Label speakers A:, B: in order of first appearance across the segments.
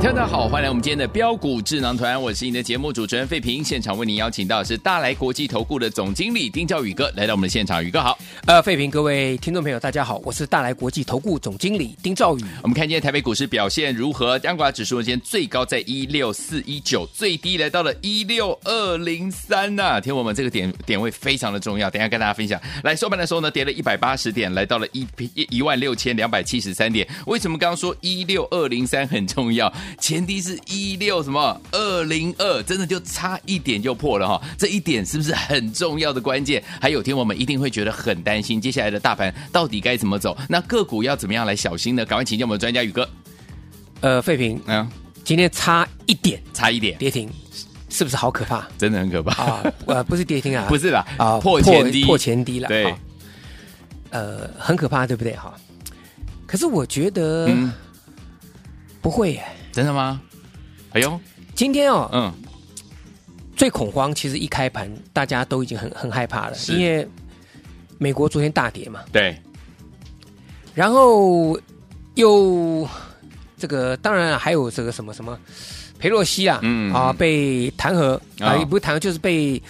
A: 听众大家好，欢迎来我们今天的标股智囊团，我是你的节目主持人费平。现场为您邀请到的是大来国际投顾的总经理丁兆宇哥来到我们的现场，宇哥好。
B: 呃，费评各位听众朋友，大家好，我是大来国际投顾总经理丁兆宇。
A: 我们看今天台北股市表现如何？央股指数今天最高在一六四一九，最低来到了一六二零三呐。听我们这个点点位非常的重要，等一下跟大家分享。来收盘的时候呢，跌了一百八十点，来到了一一万六千两百七十三点。为什么刚刚说一六二零三很重要？前提是一六什么二零二，真的就差一点就破了哈。这一点是不是很重要的关键？还有听我们一定会觉得很担心，接下来的大盘到底该怎么走？那个股要怎么样来小心呢？赶快请教我们的专家宇哥。
B: 呃，费评
A: 嗯，
B: 今天差一点
A: 差一点，
B: 跌停，是不是好可怕
A: 真的很可怕。
B: 啊？呃，不是跌停 啊，
A: 不是啦，
B: 啊，
A: 破前低，
B: 破前低了，
A: 对
B: 啊呃，很可怕，对不对哈？可是我觉得
A: 嗯，
B: 不会耶。
A: 真的吗？哎呦，
B: 今天哦，
A: 嗯，
B: 最恐慌，其实一开盘大家都已经很很害怕了，
A: 是
B: 因为美国昨天大跌嘛，
A: 对，
B: 然后又这个，当然还有这个什么什么佩洛西啊，
A: 嗯
B: 啊被弹劾啊，
A: 啊
B: 也不是弹劾，就是被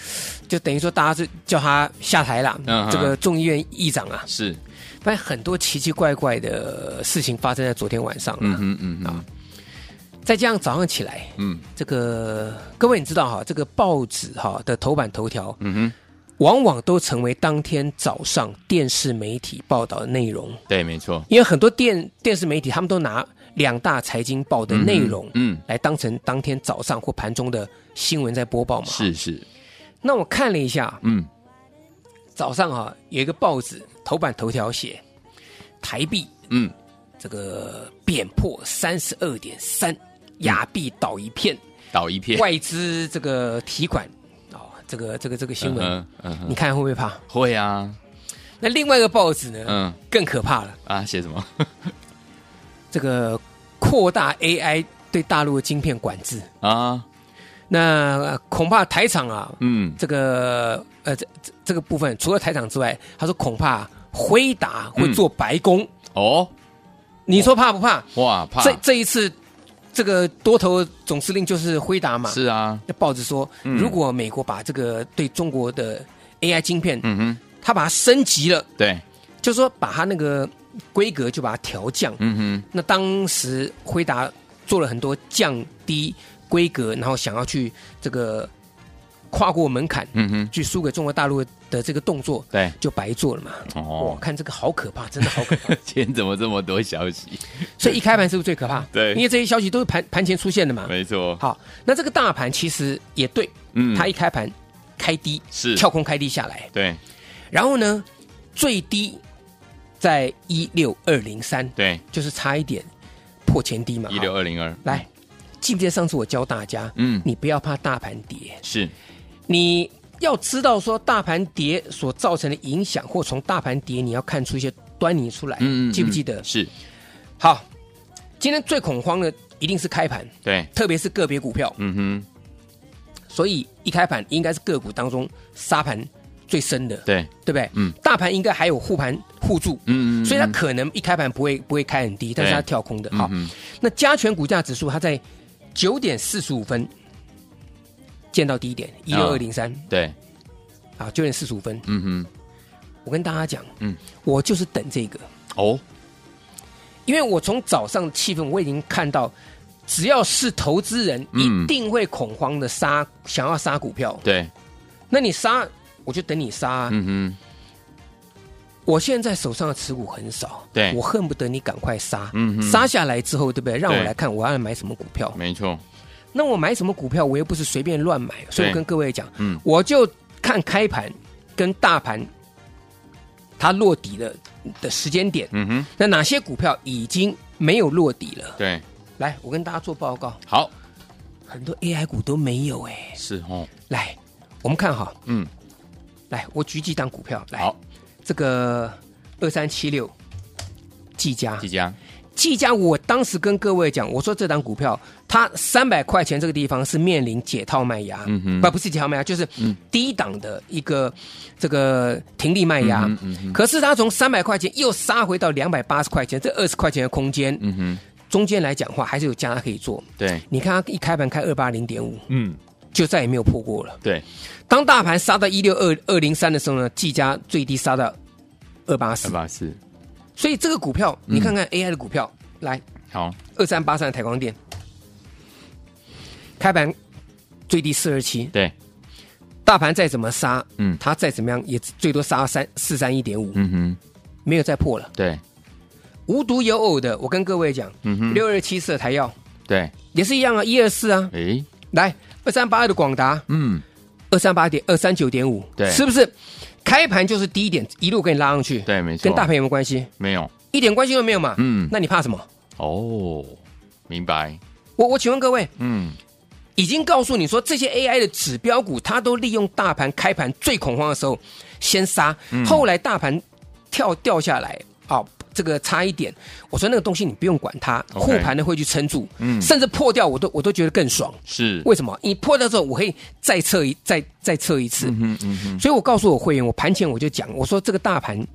B: 就等于说大家就叫他下台了，
A: 嗯哼
B: 这个众议院议长啊，
A: 是，
B: 反正很多奇奇怪怪的事情发生在昨天晚上、
A: 嗯哼嗯哼，
B: 啊再加上早上起来，
A: 嗯
B: 这个各位你知道哈，这个报纸哈的头版头条，
A: 嗯哼，
B: 往往都成为当天早上电视媒体报道的内容，
A: 对，没错，
B: 因为很多电电视媒体他们都拿两大财经报的内容，
A: 嗯，
B: 来当成当天早上或盘中的新闻在播报嘛。。
A: 是是，
B: 那我看了一下，
A: 嗯，
B: 早上哈、有一个报纸头版头条写台币
A: 嗯，
B: 这个贬破三十二点
A: 嗯
B: 三，亚币倒一片，
A: 倒一片，
B: 外资这个提款哦，这个这个这个新闻，
A: 嗯哼嗯哼
B: 你看会不会怕？
A: 会啊，
B: 那另外一个报纸呢，
A: 嗯
B: 更可怕了。
A: 啊，写什么
B: 这个扩大 AI 对大陆的晶片管制，
A: 啊？
B: 那呃恐怕台厂啊，
A: 嗯，
B: 这个呃这这这个部分除了台厂之外，他说恐怕辉达会做白宫，
A: 哦，
B: 你说怕不怕？
A: 哇，怕，
B: 这这一次这个多头总司令就是辉达嘛，
A: 是啊，
B: 那报纸说，
A: 嗯
B: 如果美国把这个对中国的 AI 晶片，
A: 嗯哼，
B: 它把它升级了，
A: 对，
B: 就说把它那个规格就把它调降，
A: 嗯
B: 那当时辉达做了很多降低规格，然后想要去这个跨过门槛
A: 哼，嗯哼，
B: 去输给中国大陆的这个动作，
A: 对，
B: 就白做了嘛。哇，
A: 哦，
B: 看这个好可怕，真的好可怕。
A: 今天怎么这么多消息？
B: 所以一开盘是不是最可怕？
A: 对
B: 因为这些消息都是盘盘前出现的嘛。
A: 没错，
B: 好，那这个大盘其实也对，
A: 嗯
B: 它一开盘开低，
A: 是
B: 跳空开低下来，
A: 对
B: 然后呢，最低在一六二零三，
A: 对，
B: 就是差一点破前低嘛。
A: 一
B: 好
A: 六二零二，
B: 来，记不记得上次我教大家，
A: 嗯
B: 你不要怕大盘跌，
A: 是，
B: 你要知道说大盘跌所造成的影响，或从大盘跌你要看出一些端倪出来，
A: 嗯
B: 记不记得？
A: 是，
B: 好，今天最恐慌的一定是开盘，
A: 对，
B: 特别是个别股票，
A: 嗯哼，
B: 所以一开盘应该是个股当中杀盘最深的，
A: 对，
B: 对不对？
A: 嗯，
B: 大盘应该还有护盘护住。
A: 嗯
B: 所以它可能一开盘不会不会开很低，但是它跳空的。好，
A: 嗯
B: 那加权股价指数它在九点四十五分见到低点一六二零三
A: 对，
B: 啊，九点四十五分。
A: 嗯哼，
B: 我跟大家讲，
A: 嗯
B: 嗯，我就是等这个，
A: 哦，
B: 因为我从早上的气氛我已经看到，只要是投资人
A: 嗯
B: 一定会恐慌的杀，想要杀股票。
A: 对，
B: 那你杀，我就等你杀啊。
A: 嗯哼，
B: 我现在手上的持股很少，
A: 对
B: 我恨不得你赶快杀，
A: 嗯哼
B: 杀下来之后，对不对？让我
A: 对
B: 来看我要买什么股票。
A: 没错，
B: 那我买什么股票，我又不是随便乱买，所以我
A: 对
B: 跟各位讲，
A: 嗯
B: 我就看开盘跟大盘它落底了的时间点，
A: 嗯哼，
B: 那哪些股票已经没有落底了？
A: 对，
B: 来，我跟大家做报告，
A: 好，
B: 很多 AI 股都没有哎、
A: 是哦，
B: 来，我们看哈，
A: 嗯，
B: 来，我举几档股票来，
A: 好，
B: 这个二三七六。技嘉
A: 即，将，
B: 技嘉，我当时跟各位讲，我说这档股票它三百块钱这个地方是面临解套卖压，
A: 嗯哼嗯
B: 不不是解套卖压，就是低档的一个这个停利卖压。
A: 嗯哼嗯哼
B: 可是它从三百块钱又杀回到两百八十块钱，这二十块钱的空间，
A: 嗯哼，
B: 中间来讲话还是有加它可以做。
A: 对，
B: 你看它一开盘开二八零点五，
A: 嗯，
B: 就再也没有破过了。
A: 对，
B: 当大盘杀到一六二二零三的时候呢，技嘉最低杀到二八四
A: 二，八四，
B: 所以这个股票
A: 嗯
B: 你看看 AI 的股票，来
A: 好，
B: 二三八三的台光电，开盘最低四二七，
A: 对，
B: 大盘再怎么杀，
A: 嗯
B: 它再怎么样也最多杀三四三一点五，
A: 嗯哼，
B: 没有再破了。
A: 对，
B: 无独有偶的，我跟各位讲，
A: 嗯哼，
B: 六二七四的台药
A: 对，
B: 也是一样啊，一二四啊，
A: 诶，
B: 来二三八二的广达，
A: 嗯，
B: 二三八点二三九点五，
A: 对
B: 是不是？开盘就是低点，一路给你拉上去，
A: 对，没错，
B: 跟大盘有没有关系？
A: 没有，
B: 一点关系都没有嘛。
A: 嗯，
B: 那你怕什么？
A: 哦，明白，
B: 我我请问各位，
A: 嗯，
B: 已经告诉你说这些 AI 的指标股，它都利用大盘开盘最恐慌的时候先杀，
A: 嗯
B: 后来大盘跳掉下来，哦，这个差一点，我说那个东西你不用管它，护
A: OK
B: 盘的会去撑住，
A: 嗯
B: 甚至破掉我都我都觉得更爽。
A: 是，
B: 为什么？你破掉之后，我可以再测一再再测一次，
A: 嗯嗯哼，
B: 所以我告诉我会员，我盘前我就讲，我说这个大盘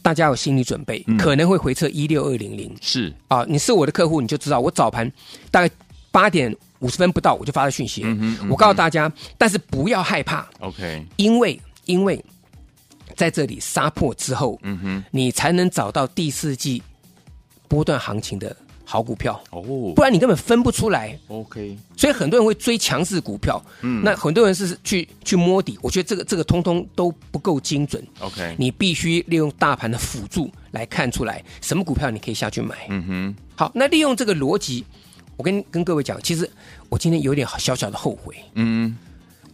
B: 大家有心理准备，
A: 嗯
B: 可能会回撤一六二零零
A: 是，
B: 啊。你是我的客户，你就知道我早盘大概八点五十分不到我就发了讯息了，
A: 嗯哼嗯哼
B: 我告诉大家，但是不要害怕，
A: OK，
B: 因为因为在这里杀破之后，
A: 嗯哼，
B: 你才能找到第四季波段行情的好股票，
A: 哦
B: 不然你根本分不出来。
A: ，OK，
B: 所以很多人会追强势股票，
A: 嗯
B: 那很多人是去去摸底，我觉得这个这个通通都不够精准。
A: OK，
B: 你必须利用大盘的辅助来看出来什么股票你可以下去买。
A: 嗯哼，
B: 好，那利用这个逻辑，我跟跟各位讲，其实我今天有点小小的后悔。
A: 嗯，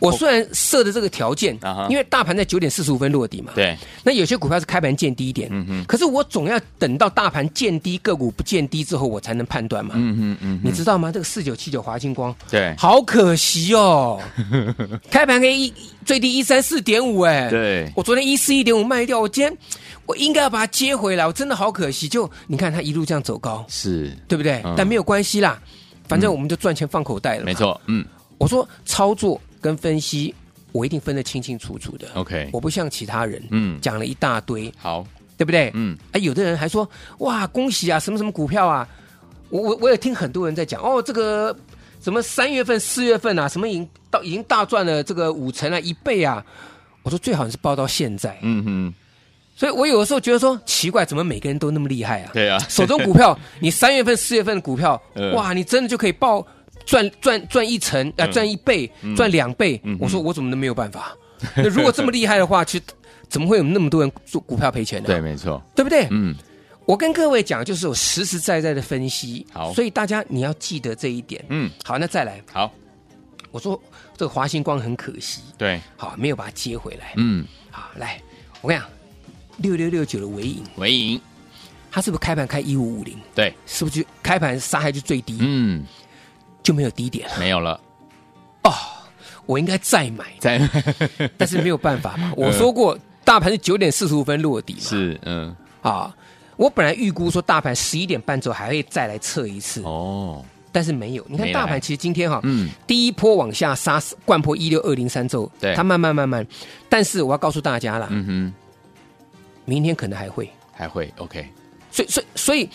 B: 我虽然设的这个条件
A: 啊哈，
B: 因为大盘在九点四十五分落地嘛，
A: 对，嗯
B: 那有些股票是开盘见低点，可是我总要等到大盘见低，个股不见低之后，我才能判断嘛。
A: 嗯哼嗯哼，
B: 你知道吗？这个四九七九华金光，
A: 对，
B: 好可惜哦，开盘可以一最低一三四点五，哎，
A: 对
B: 我昨天一四一点五卖掉，我今天我应该要把它接回来，我真的好可惜，就你看它一路这样走高，
A: 是，
B: 对不对？
A: 嗯
B: 但没有关系啦，反正我们就赚钱放口袋了、
A: 没，错，嗯
B: 我说操作跟分析，我一定分得清清楚楚的。
A: ，OK，
B: 我不像其他人，
A: 嗯
B: 讲了一大堆，
A: 好，
B: 对不对？
A: 嗯，
B: 哎，有的人还说哇，恭喜啊，什么什么股票啊，我我我也听很多人在讲哦，这个什么三月份、四月份啊，什么已经到已经大赚了这个五成啊，一倍啊。我说最好是报到现在，
A: 嗯哼，
B: 所以我有的时候觉得说奇怪，怎么每个人都那么厉害啊？
A: 对啊
B: 手中股票， 你三月份、四月份的股票
A: 嗯，
B: 哇，你真的就可以报赚赚赚一成啊、
A: 嗯
B: 赚一倍、赚两倍。我说我怎么都没有办 法。那如果这么厉害的话，其实怎么会有那么多人做股票赔钱呢？
A: 对，没错，
B: 对不对？
A: 嗯，
B: 我跟各位讲，就是有实实在在的分析。
A: 好
B: 所以大家你要记得这一点。
A: 嗯，
B: 好，那再来，
A: 好，
B: 我说这个华星光很可惜，
A: 对，
B: 好没有把它接回来。
A: 嗯，
B: 好，来，我跟你讲，六六六九的尾影，
A: 尾影，
B: 它是不是开盘开一五五零？
A: 对，
B: 是不是就开盘杀下去最低、
A: 嗯，
B: 就没有低点了？
A: 没有了，
B: 我应该再 买，
A: 在，
B: 但是没有办法嘛。我说过，大盘是九点四十五分落底嘛，
A: 嗯是，嗯，
B: 啊。我本来预估说大盘十一点半之后还会再来测一次，
A: 哦，
B: 但是没有。你看
A: 没来
B: 大盘其实今天哈、
A: 嗯，
B: 第一波往下杀，灌破一六二零三之后，
A: 对
B: 它慢慢慢慢，但是我要告诉大家啦，
A: 嗯
B: 明天可能还会。
A: 哼，还会，OK，
B: 所以所以所以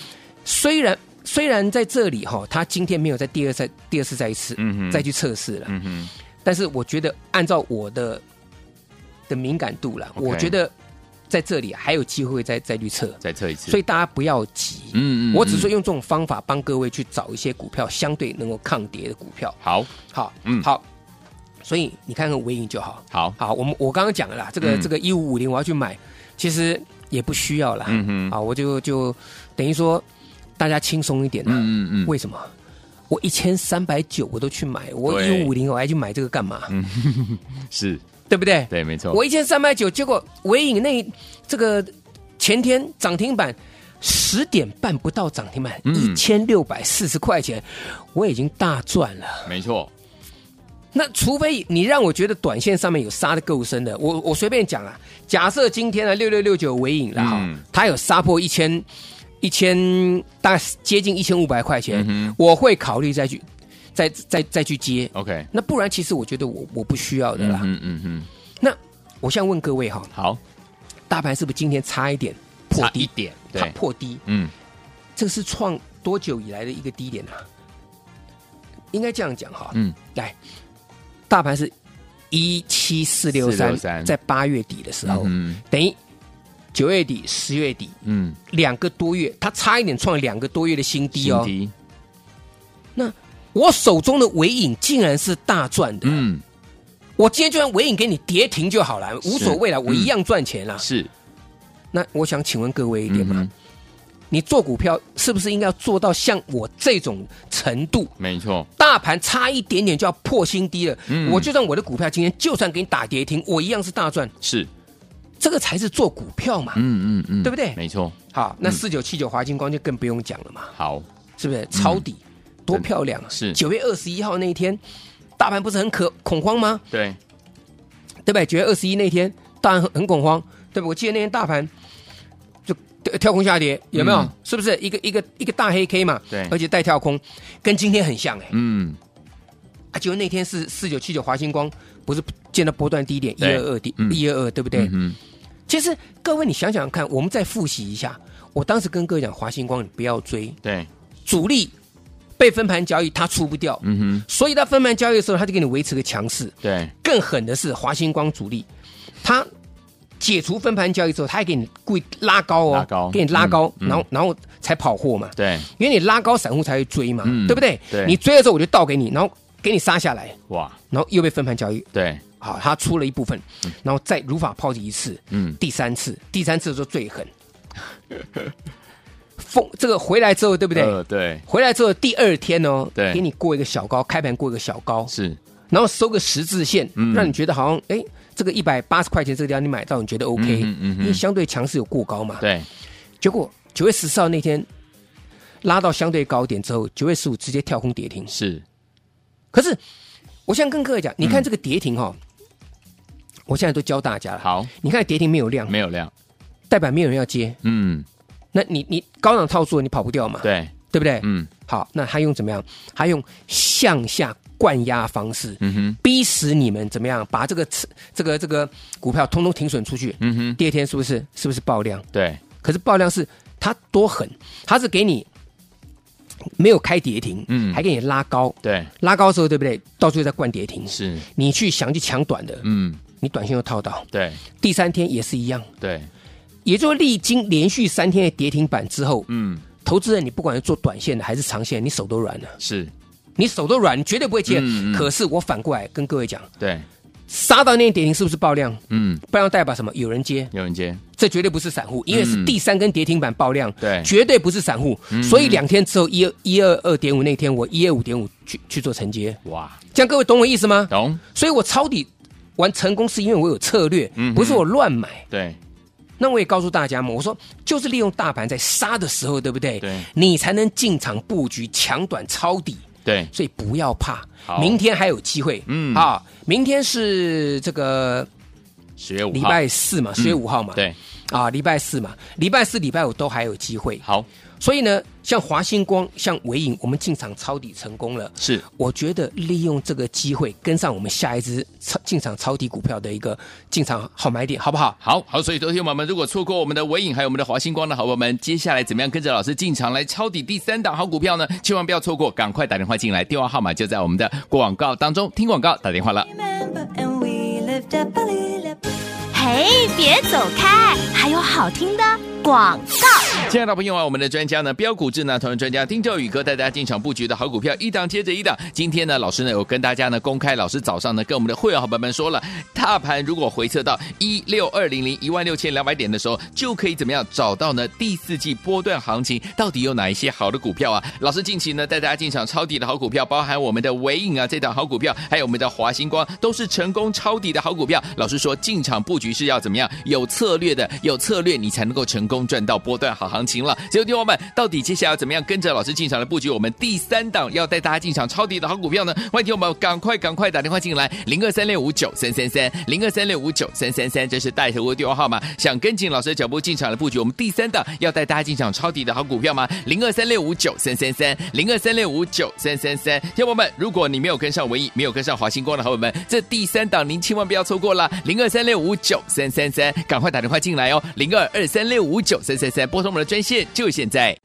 B: 虽然虽然在这里哈、它今天没有在第二再第二次再一次、
A: 嗯哼
B: 再去测试了，
A: 嗯哼，
B: 但是我觉得按照我的的敏感度啦
A: OK
B: 我觉得在这里还有机会再再去测，
A: 再测一次，
B: 所以大家不要急。
A: 嗯，嗯嗯，
B: 我只是用这种方法帮各位去找一些股票相对能够抗跌的股票。
A: 好，
B: 好，
A: 嗯
B: 好，所以你看看尾影就好。
A: 好，
B: 好，我们我刚刚讲了啦，这个、
A: 嗯
B: 这个一五五零我要去买，其实也不需要啦。
A: 嗯哼
B: 啊，我就就等于说大家轻松一点啦。
A: 嗯嗯嗯，
B: 为什么？我一千三百九我都去买，我一
A: 对
B: 五零我还去买这个干嘛？
A: 是
B: 对不对？
A: 对，没错，
B: 我一千三百九，结果尾影那这个前天涨停板十点半不到涨停板，一
A: 嗯
B: 千六百四十块钱，我已经大赚了。
A: 没错，
B: 那除非你让我觉得短线上面有杀的够深的，我我随便讲啊，假设今天啊六六六九尾影了哈
A: 嗯，
B: 它有杀破一千一千，大概接近一千五百块钱，
A: 嗯
B: 我会考虑再去再再再去接。
A: 哼，OK，
B: 那不然其实我觉得我我不需要的
A: 嗯
B: 啦。
A: 哼嗯哼，
B: 那我现在问各位哈，
A: 好，
B: 大盘是不是今天差一点破
A: 差一
B: 低？
A: 点，
B: 它
A: 对，
B: 破低，
A: 嗯，
B: 这是创多久以来的一个低点啊？应该这样讲哈，
A: 嗯，
B: 来，大盘是一七四六三，
A: 463
B: 在八月底的时候，
A: 嗯
B: 等于九月底、十月底
A: 嗯，
B: 两个多月，它差一点创两个多月的新低
A: 新
B: 哦。
A: 低，
B: 我手中的尾影竟然是大赚的，
A: 嗯，
B: 我今天就算尾影给你跌停就好了，
A: 是
B: 无所谓了，我一
A: 嗯
B: 样赚钱啦。
A: 是，
B: 那我想请问各位一点
A: 嗯
B: 嘛，
A: 哼，
B: 你做股票是不是应该要做到像我这种程度？
A: 没错，
B: 大盘差一点点就要破新低了，
A: 嗯
B: 我就算我的股票今天就算给你打跌停，我一样是大赚，
A: 是，
B: 这个才是做股票嘛。
A: 嗯嗯嗯，
B: 对不对
A: 没错，
B: 好，那
A: 嗯
B: 四九七九华金光就更不用讲了嘛，
A: 好，
B: 是不是抄底、多漂亮啊？
A: 嗯是
B: 九月二十一号那一天，大盘不是很可恐慌吗？
A: 对，
B: 对不对？九月二十一那天，大盘很很恐慌，对不对？我记得那天大盘就跳跳空下跌，有没有？
A: 嗯
B: 是不是一个一个一个大黑 K 嘛？
A: 对
B: 而且带跳空，跟今天很像哎、
A: 嗯，
B: 啊，结果那天是四九七九华星光，不是见到波段低点一
A: 对
B: 二二低
A: 嗯
B: 一二二，对不对？
A: 嗯哼，
B: 其实各位你想想看，我们再复习一下，我当时跟各位讲，华星光你不要追，
A: 对，
B: 主力被分盘交易它出不掉，
A: 嗯哼，
B: 所以它分盘交易的时候，它就给你维持个强势。
A: 对，
B: 更狠的是，华星光主力，它解除分盘交易之后，它还给你故意拉高哦，
A: 拉高
B: 给你拉高，
A: 嗯嗯
B: 然后然后才跑货嘛，
A: 对，
B: 因为你拉高散户才会追嘛，
A: 嗯
B: 对不对？
A: 对
B: 你追的时候我就倒给你，然后给你杀下来。
A: 哇，
B: 然后又被分盘交易，
A: 对，
B: 好，他出了一部分，然后再如法炮制一次，
A: 嗯，
B: 第三次，第三次的时候最狠，疯这个回来之后，对不对？
A: 呃对，
B: 回来之后第二天哦，
A: 对
B: 给你过一个小高，开盘过一个小高，
A: 是，
B: 然后收个十字线，
A: 嗯
B: 让你觉得好像哎，这个一百八十块钱这个地方你买到，你觉得 OK，、
A: 嗯嗯
B: 因为
A: 哼，
B: 相对强势有过高嘛。
A: 对，
B: 结果九月十四号那天拉到相对高点之后，九月十五直接跳空跌停，
A: 是，
B: 可是我现在跟
A: 嗯
B: 各位讲，你看这个跌停哈、哦，我现在都教大家了。
A: 好，
B: 你看跌停没有量，
A: 没有量，
B: 代表没有人要接，
A: 嗯，
B: 那你你高档套住你跑不掉嘛，
A: 对，
B: 对不对？
A: 嗯
B: 好，那他用怎么样？他用向下灌压方式，
A: 嗯哼，
B: 逼使你们怎么样把这个这个这个股票通通停损出去。
A: 嗯哼，
B: 第二天是不是是不是爆量？
A: 对，
B: 可是爆量是它多狠，它是给你没有开跌停，
A: 嗯
B: 还给你拉高，
A: 对，
B: 拉高之后对不对？到最后再灌跌停，
A: 是，
B: 你去想去抢短的，
A: 嗯，
B: 你短线又套到，
A: 对，
B: 第三天也是一样，
A: 对，
B: 也就历经连续三天的跌停板之后，
A: 嗯，
B: 投资人你不管是做短线的还是长线，你手都软了，
A: 是，
B: 你手都软，你绝对不会接。
A: 嗯嗯
B: 可是我反过来跟各位讲，
A: 对，
B: 杀到那天跌停是不是爆量？
A: 嗯，
B: 爆量代表什么？有人接，
A: 有人接，
B: 这绝对不是散户，因为是第三根跌停板爆量，
A: 嗯对嗯
B: 绝对不是散户。所以两天之后，一二一二二点五那天，我一二五点五去去做承接，
A: 哇，
B: 这样各位懂我意思吗？
A: 懂，
B: 所以我抄底玩成功是因为我有策略，
A: 嗯哼
B: 不是我乱买。
A: 对，
B: 那我也告诉大家嘛，我说就是利用大盘在杀的时候，对不对？
A: 对
B: 你才能进场布局抢短抄底，
A: 对，
B: 所以不要怕
A: 好，
B: 明天还有机会。
A: 嗯
B: 好，明天是这个
A: 十月五
B: 礼
A: 号，嗯
B: 拜四嘛，十月五号嘛，
A: 对，
B: 啊，礼拜四嘛，礼拜四、礼拜五都还有机会。
A: 好，
B: 所以呢，像华星光、像伟影，我们进场抄底成功了。
A: 是，
B: 我觉得利用这个机会跟上我们下一只超进场抄底股票的一个进场好买点，好不好？
A: 好好，所以昨天我们如果错过我们的尾影，还有我们的华星光的好朋友们，接下来怎么样跟着老师进场来抄底第三档好股票呢？千万不要错过，赶快打电话进来，电话号码就在我们的广告当中，听广告打电话了。
C: remember and we lived happily.
D: 嘿，别走开，还有好听的广告。
A: 亲爱的朋友啊，我们的专家呢，标股智囊团的专家丁兆宇哥带大家进场布局的好股票，一档接着一档。今天呢，老师呢有跟大家呢公开，老师早上呢跟我们的会员好朋友们说了，大盘如果回撤到一六二零零一万六千两百点的时候，就可以怎么样找到呢第四季波段行情到底有哪一些好的股票啊？老师近期呢带大家进场抄底的好股票，包含我们的伟影啊这档好股票，还有我们的华星光，都是成功抄底的好股票。老师说进场布局是要怎么样？有策略的，有策略你才能够成功赚到波段好行情了。所以，听众朋友们，到底接下来要怎么样跟着老师进场来布局我们第三档要带大家进场抄底的好股票呢？欢迎听我们赶快赶快打电话进来，零二三六五九三三三，零二三六五九三三三，这是带头的电话号码。想跟紧老师的脚步进场来布局我们第三档要带大家进场抄底的好股票吗？零二三六五九三三三，零二三六五九三三三。听众朋友们，如果你没有跟上文艺，没有跟上华星光的好友们，这第三档您千万不要错过了，零二三六五九三三三，赶快打电话进来哦，零二二三六五九三三三，拨通我们的专线，就现在。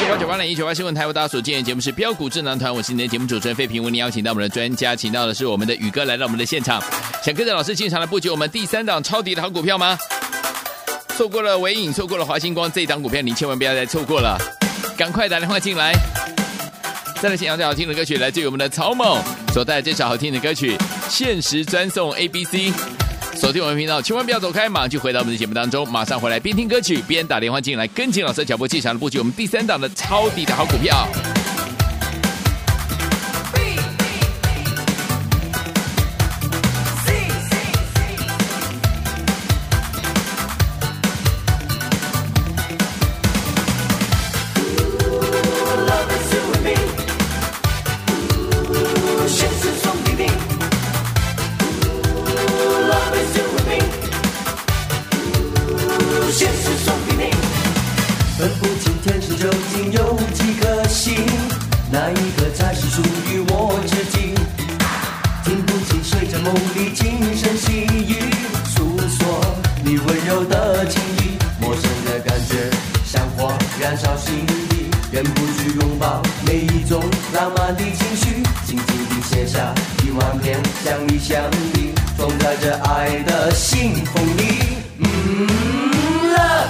A: 九八九八零一九八新闻台为大家所进行的节目是标股智囊团，我是你的节目主持人费平。为您邀请到我们的专家，请到的是我们的宇哥来到我们的现场。想跟着老师进场来布局我们第三档抄底的好股票吗？错过了伟影，错过了华星光这一档股票，您千万不要再错过了，赶快打电话进来。再来欣赏最好听的歌曲，来自于我们的曹某所带来这首好听的歌曲《限时专送 A B C》。锁定我们频道，千万不要走开，马上就回到我们的节目当中，马上回来边听歌曲边打电话进来，跟紧老师的脚步进场的布局，我们第三档的抄底的好股票。
D: 现实送给你。分不清天上究竟有几颗星，哪一颗才是属于我自己？听不清睡在梦里轻声细语，诉说你温柔的情意。陌生的感觉像火燃烧心底，忍不住拥抱每一种浪漫的情绪，静静地写下一万遍想你想你，装在这爱的信封里。嗯，love。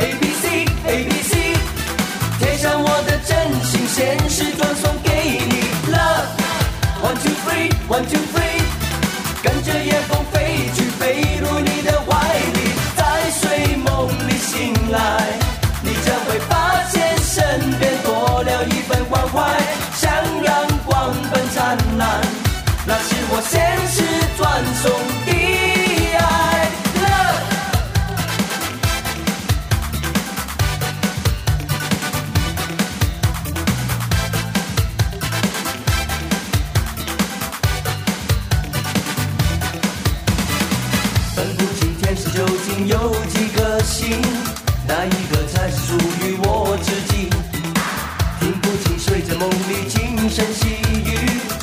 D: A B C A B C，贴上我的真心，现实转送给你。Love one two three one two three，跟着夜风飞去，飞入你的怀里，在睡梦里醒来，你将会发现身边多了一份关怀，像阳光般灿烂，那是我现实转送的爱。Love。分不清天上究竟有几颗星，哪一个才是属于我自己？听不清睡在梦里轻声细语，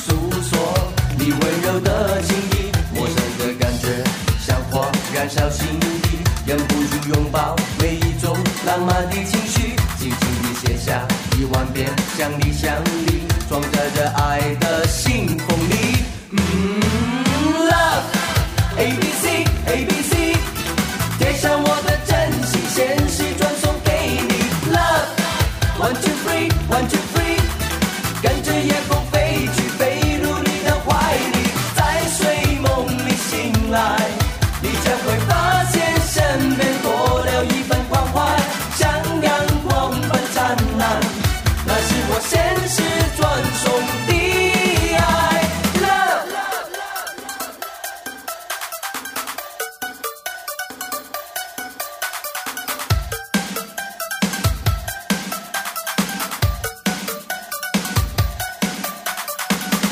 D: 诉说你温柔的情意。陌生的感觉像火燃烧心底，忍不住拥抱每一种浪漫的情绪，静静地写下一万遍想你想你，装在这爱的信封里。嗯，love。A B C A B C，贴上我的真心，现实转送给你。Love one two three one two three，跟着夜风飞去，飞入你的怀里，在睡梦里醒来，你将会发现身边多了一份关怀，像阳光般灿烂，那是我现实转送的爱。Love。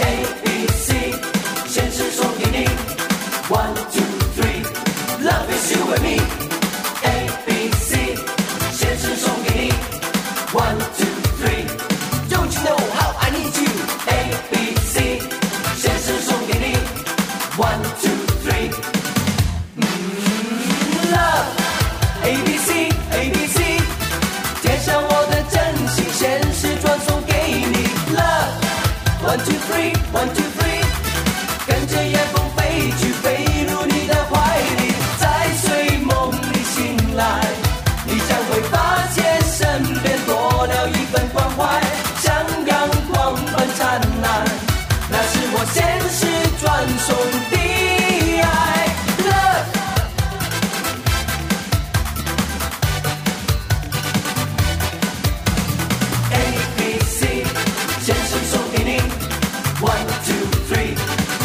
D: A B C，现实送给你。One two three，Love is you and me。A B C，现实送给你。One two three，Don't you know how I need you。A B C，现实送给你。One two three，Love。A B C，A B C，贴上我的真心，现实转送给你。Love，One two three，One two three，跟着夜风飞去，飞入你。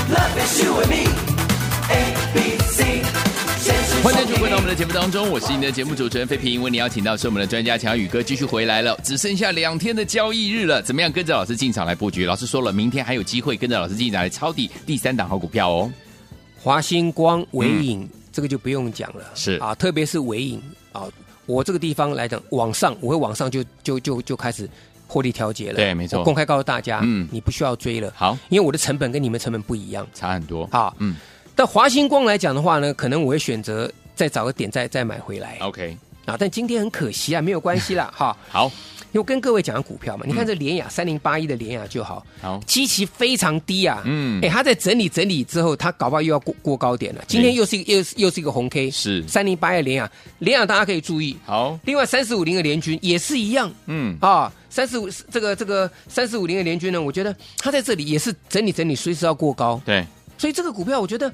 D: love is you and me. A B C，现实
A: 欢迎继
D: 送
A: 续回
D: 给
A: 到我
D: 你
A: 们。的节目当中，我是你的节目主持人费平。为你邀请到是我们的专家强宇哥继续回来了，只剩下两天的交易日了，怎么样跟着老师进场来布局？老师说了，明天还有机会跟着老师进场来抄底第三档好股票哦。
B: 华星光、伟影、这个就不用讲了，
A: 嗯是
B: 啊，特别是伟影啊，我这个地方来讲，往上我会往上就就就就开始获利调节了，
A: 对没错
B: 我公开告诉大家，
A: 嗯
B: 嗯，你不需要追了，
A: 好，
B: 因为我的成本跟你们成本不一样。
A: 差很多。
B: 好，
A: 嗯
B: 但华星光来讲的话呢，可能我会选择再找个点再再买回来
A: ，OK，
B: 啊。但今天很可惜啊，没有关 系啦，哈，
A: 好，
B: 因为我跟各位讲的股票嘛，你
A: 嗯
B: 看这联雅三零八一的联雅就好，
A: 好
B: 基期非常低啊，
A: 嗯
B: 嗯，哎，它在整理整理之后，它搞不好又要过过高点了。今天又是一个又是又是一个红 K，
A: 是
B: 三零八一的联雅，联雅大家可以注意。
A: 好，
B: 另外三四五零的联军也是一样
A: 嗯，
B: 啊，三四五这个这个三四五零的联军呢，我觉得它在这里也是整理整理，随时要过高。
A: 对，
B: 所以这个股票，我觉得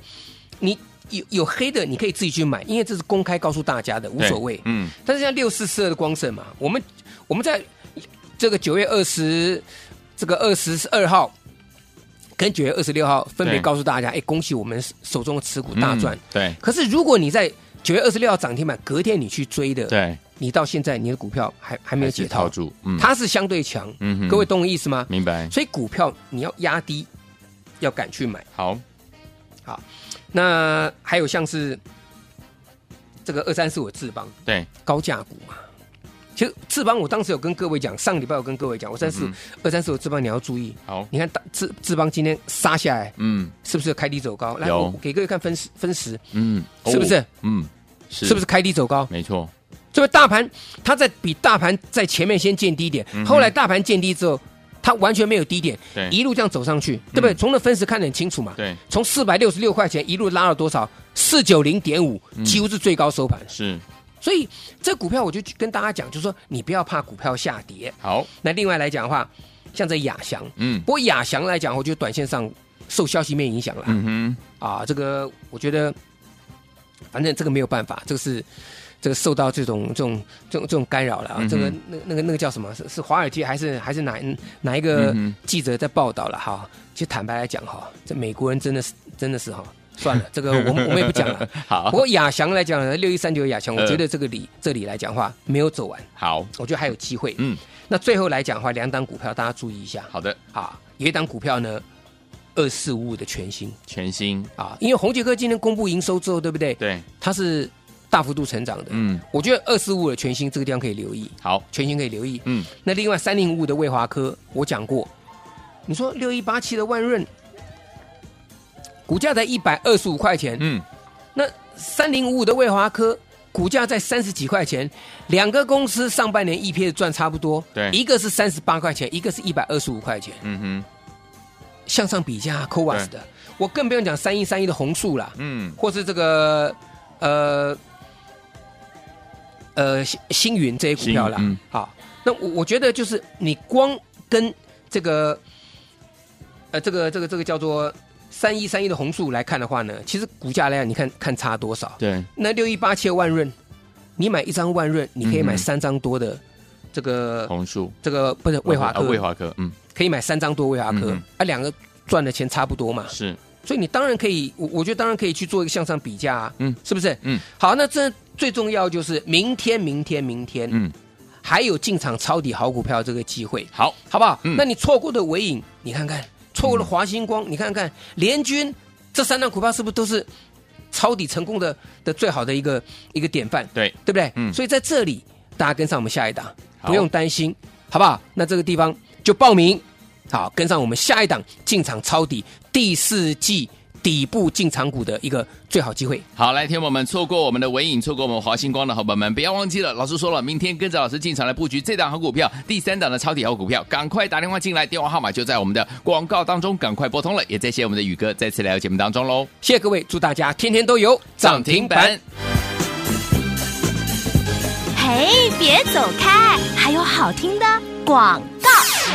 B: 你有有黑的，你可以自己去买，因为这是公开告诉大家的，无
A: 对
B: 所谓。
A: 嗯，
B: 但是像六四四二的光盛嘛，我们我们在这个九月二十这个二十二号跟九月二十六号分别
A: 对
B: 告诉大家，哎，恭喜我们手中的持股大赚。
A: 嗯对
B: 可是如果你在九月二十六号涨停板，隔天你去追的，
A: 对，
B: 你到现在你的股票还还没有
A: 还是
B: 解套
A: 套，住，嗯，
B: 它是相对强。
A: 嗯哼
B: 各位懂我意思吗？
A: 明白，
B: 所以股票你要压低，要敢去买。
A: 好，
B: 那还有像是这个二三四五智邦
A: 对，
B: 高价股嘛，其实智邦我当时有跟各位讲，上个礼拜有跟各位讲，我三
A: 嗯
B: 四二三四五智邦你要注意。
A: 好，
B: 你看大智智邦今天杀下来，
A: 嗯
B: 是不是开低走高？来，
A: 有
B: 我给各位看分时分时，
A: 嗯，
B: 是不是
A: 哦？嗯，是
B: 是不是？开低走高？
A: 没错，
B: 这个大盘它在比大盘在前面先见低点，后来大盘见低之后。它完全没有低点
A: 嗯对，
B: 一路这样走上去，对不对？
A: 嗯
B: 从那分时看得很清楚嘛。
A: 对，
B: 从四百六十六块钱一路拉到多少？四九零点五，
A: 嗯
B: 几乎是最高收盘。
A: 是，
B: 所以这股票我就跟大家讲，就是说你不要怕股票下跌。
A: 好，
B: 那另外来讲的话，像这亚翔，
A: 嗯
B: 不过亚翔来讲，我觉得短线上受消息面影响了、
A: 嗯
B: 啊。这个我觉得，反正这个没有办法，这个是这个受到这种这种这种这种干扰了啊。
A: 嗯哼
B: 这个那那个那个叫什么？是是华尔街还是还是哪哪一个
A: 嗯
B: 记者在报道了哈？其实坦白来讲哈，这美国人真的是真的是哈。算了，这个我们我们也不讲 了。
A: 哼，好
B: 不，过亚翔来讲呢，六一三九亚翔，我
A: 呃
B: 觉得这个里、这里来讲话没有走完，
A: 好，
B: 我觉得还有机会。
A: 嗯，
B: 那最后来讲的话，两档股票大家注意一下
A: 好的，
B: 啊，有一档股票呢，二四五五的全新
A: 全新，
B: 啊，因为红杰哥今天公布营收之后，对不对？
A: 对，
B: 它是大幅度成长的。
A: 嗯，
B: 我觉得二四五的全新这个地方可以留意，
A: 好，
B: 全新可以留意。
A: 嗯，
B: 那另外三零五的魏华科，我讲过，你说六一八七的万润，股价在一百二十五块钱，
A: 嗯，
B: 那三零五五的魏华科股价在三十几块钱，两个公司上半年 EPS 赚差不多，
A: 对
B: 一个是三十八块钱，一个是一百二十五块钱，
A: 嗯哼，
B: 向上比价 c o v a s 的，我更不用讲三一三一的红树啦，
A: 嗯，
B: 或是这个呃呃星星云这些股票啦
A: 星云嗯，
B: 好，那我我觉得就是你光跟这个呃这个这个这个叫做三一三一的红树来看的话呢，其实股价来讲，你看看差多少？
A: 对，
B: 那六一八七万润，你买一张万润，你可以
A: 嗯
B: 买
A: 哼哦
B: 三张多的这个、
A: 红树，
B: 这个不是魏华
A: 啊
B: 科，
A: 魏华科，嗯，
B: 可以买三张多魏华科，
A: 嗯哼
B: 啊两个赚的钱差不多嘛，
A: 是，
B: 所以你当然可以，我我觉得当然可以去做一个向上比价、啊，
A: 嗯
B: 嗯，是不是？
A: 嗯
B: 嗯，好，那这最重要就是明天，明天，明天，
A: 嗯，
B: 还有进场抄底好股票这个机会，
A: 好，
B: 好不好？
A: 嗯
B: 那你错过的尾影，你看看；错过了华星光，你看看；联军这三档股票是不是都是抄底成功的的最好的一个一个典范？
A: 对，
B: 对不对？
A: 嗯
B: 所以在这里大家跟上我们下一档，
A: 好
B: 不用担心，好不好？那这个地方就报名，好，跟上我们下一档进场抄底第四季底部进场股的一个最好机会。
A: 好，来，天友们，错过我们的尾影，错过我们华星光的好朋友们，不要忘记了，老师说了，明天跟着老师进场来布局这档好股票，第三档的超底好股票，赶快打电话进来，电话号码就在我们的广告当中，赶快拨通了，也谢谢我们的宇哥再次来到节目当中喽，
B: 谢谢各位，祝大家天天都有涨停板。。
E: 嘿，别走开，还有好听的广告。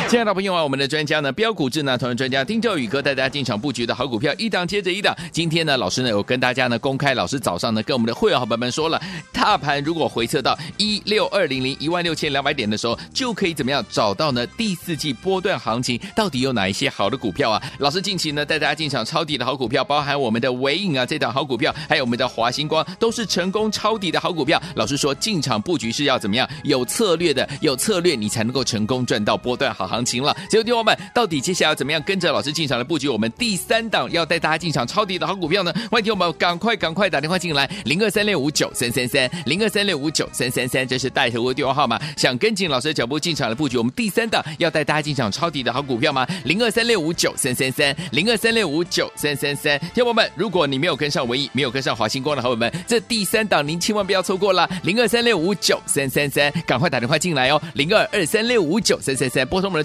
A: 亲爱的朋友啊，我们的专家呢，标股智囊团的专家丁兆宇哥带大家进场布局的好股票，一档接着一档。今天呢，老师呢有跟大家呢公开，老师早上呢跟我们的会员好朋友们说了，大盘如果回撤到一六二零零一万六千两百点的时候，就可以怎么样找到呢第四季波段行情到底有哪一些好的股票啊？老师近期呢带大家进场抄底的好股票，包含我们的伟影啊这档好股票，还有我们的华星光，都是成功抄底的好股票。老师说进场布局是要怎么样有策略的，有策略你才能够成功赚到波段好行情了。所以，听友们，到底接下来要怎么样跟着老师进场来布局我们第三档要带大家进场抄底的好股票呢？欢迎听我们赶快赶快打电话进来，零二三六五九三三三，零二三六五九三三三，这是带头的电话号码。想跟紧老师的脚步进场来布局我们第三档要带大家进场抄底的好股票吗？零二三六五九三三三，零二三六五九三三三。听友们，如果你没有跟上唯一，没有跟上华星光的好友们，这第三档您千万不要错过了，零二三六五九三三三，赶快打电话进来哦，零二二三六五九三三三，拨通我们的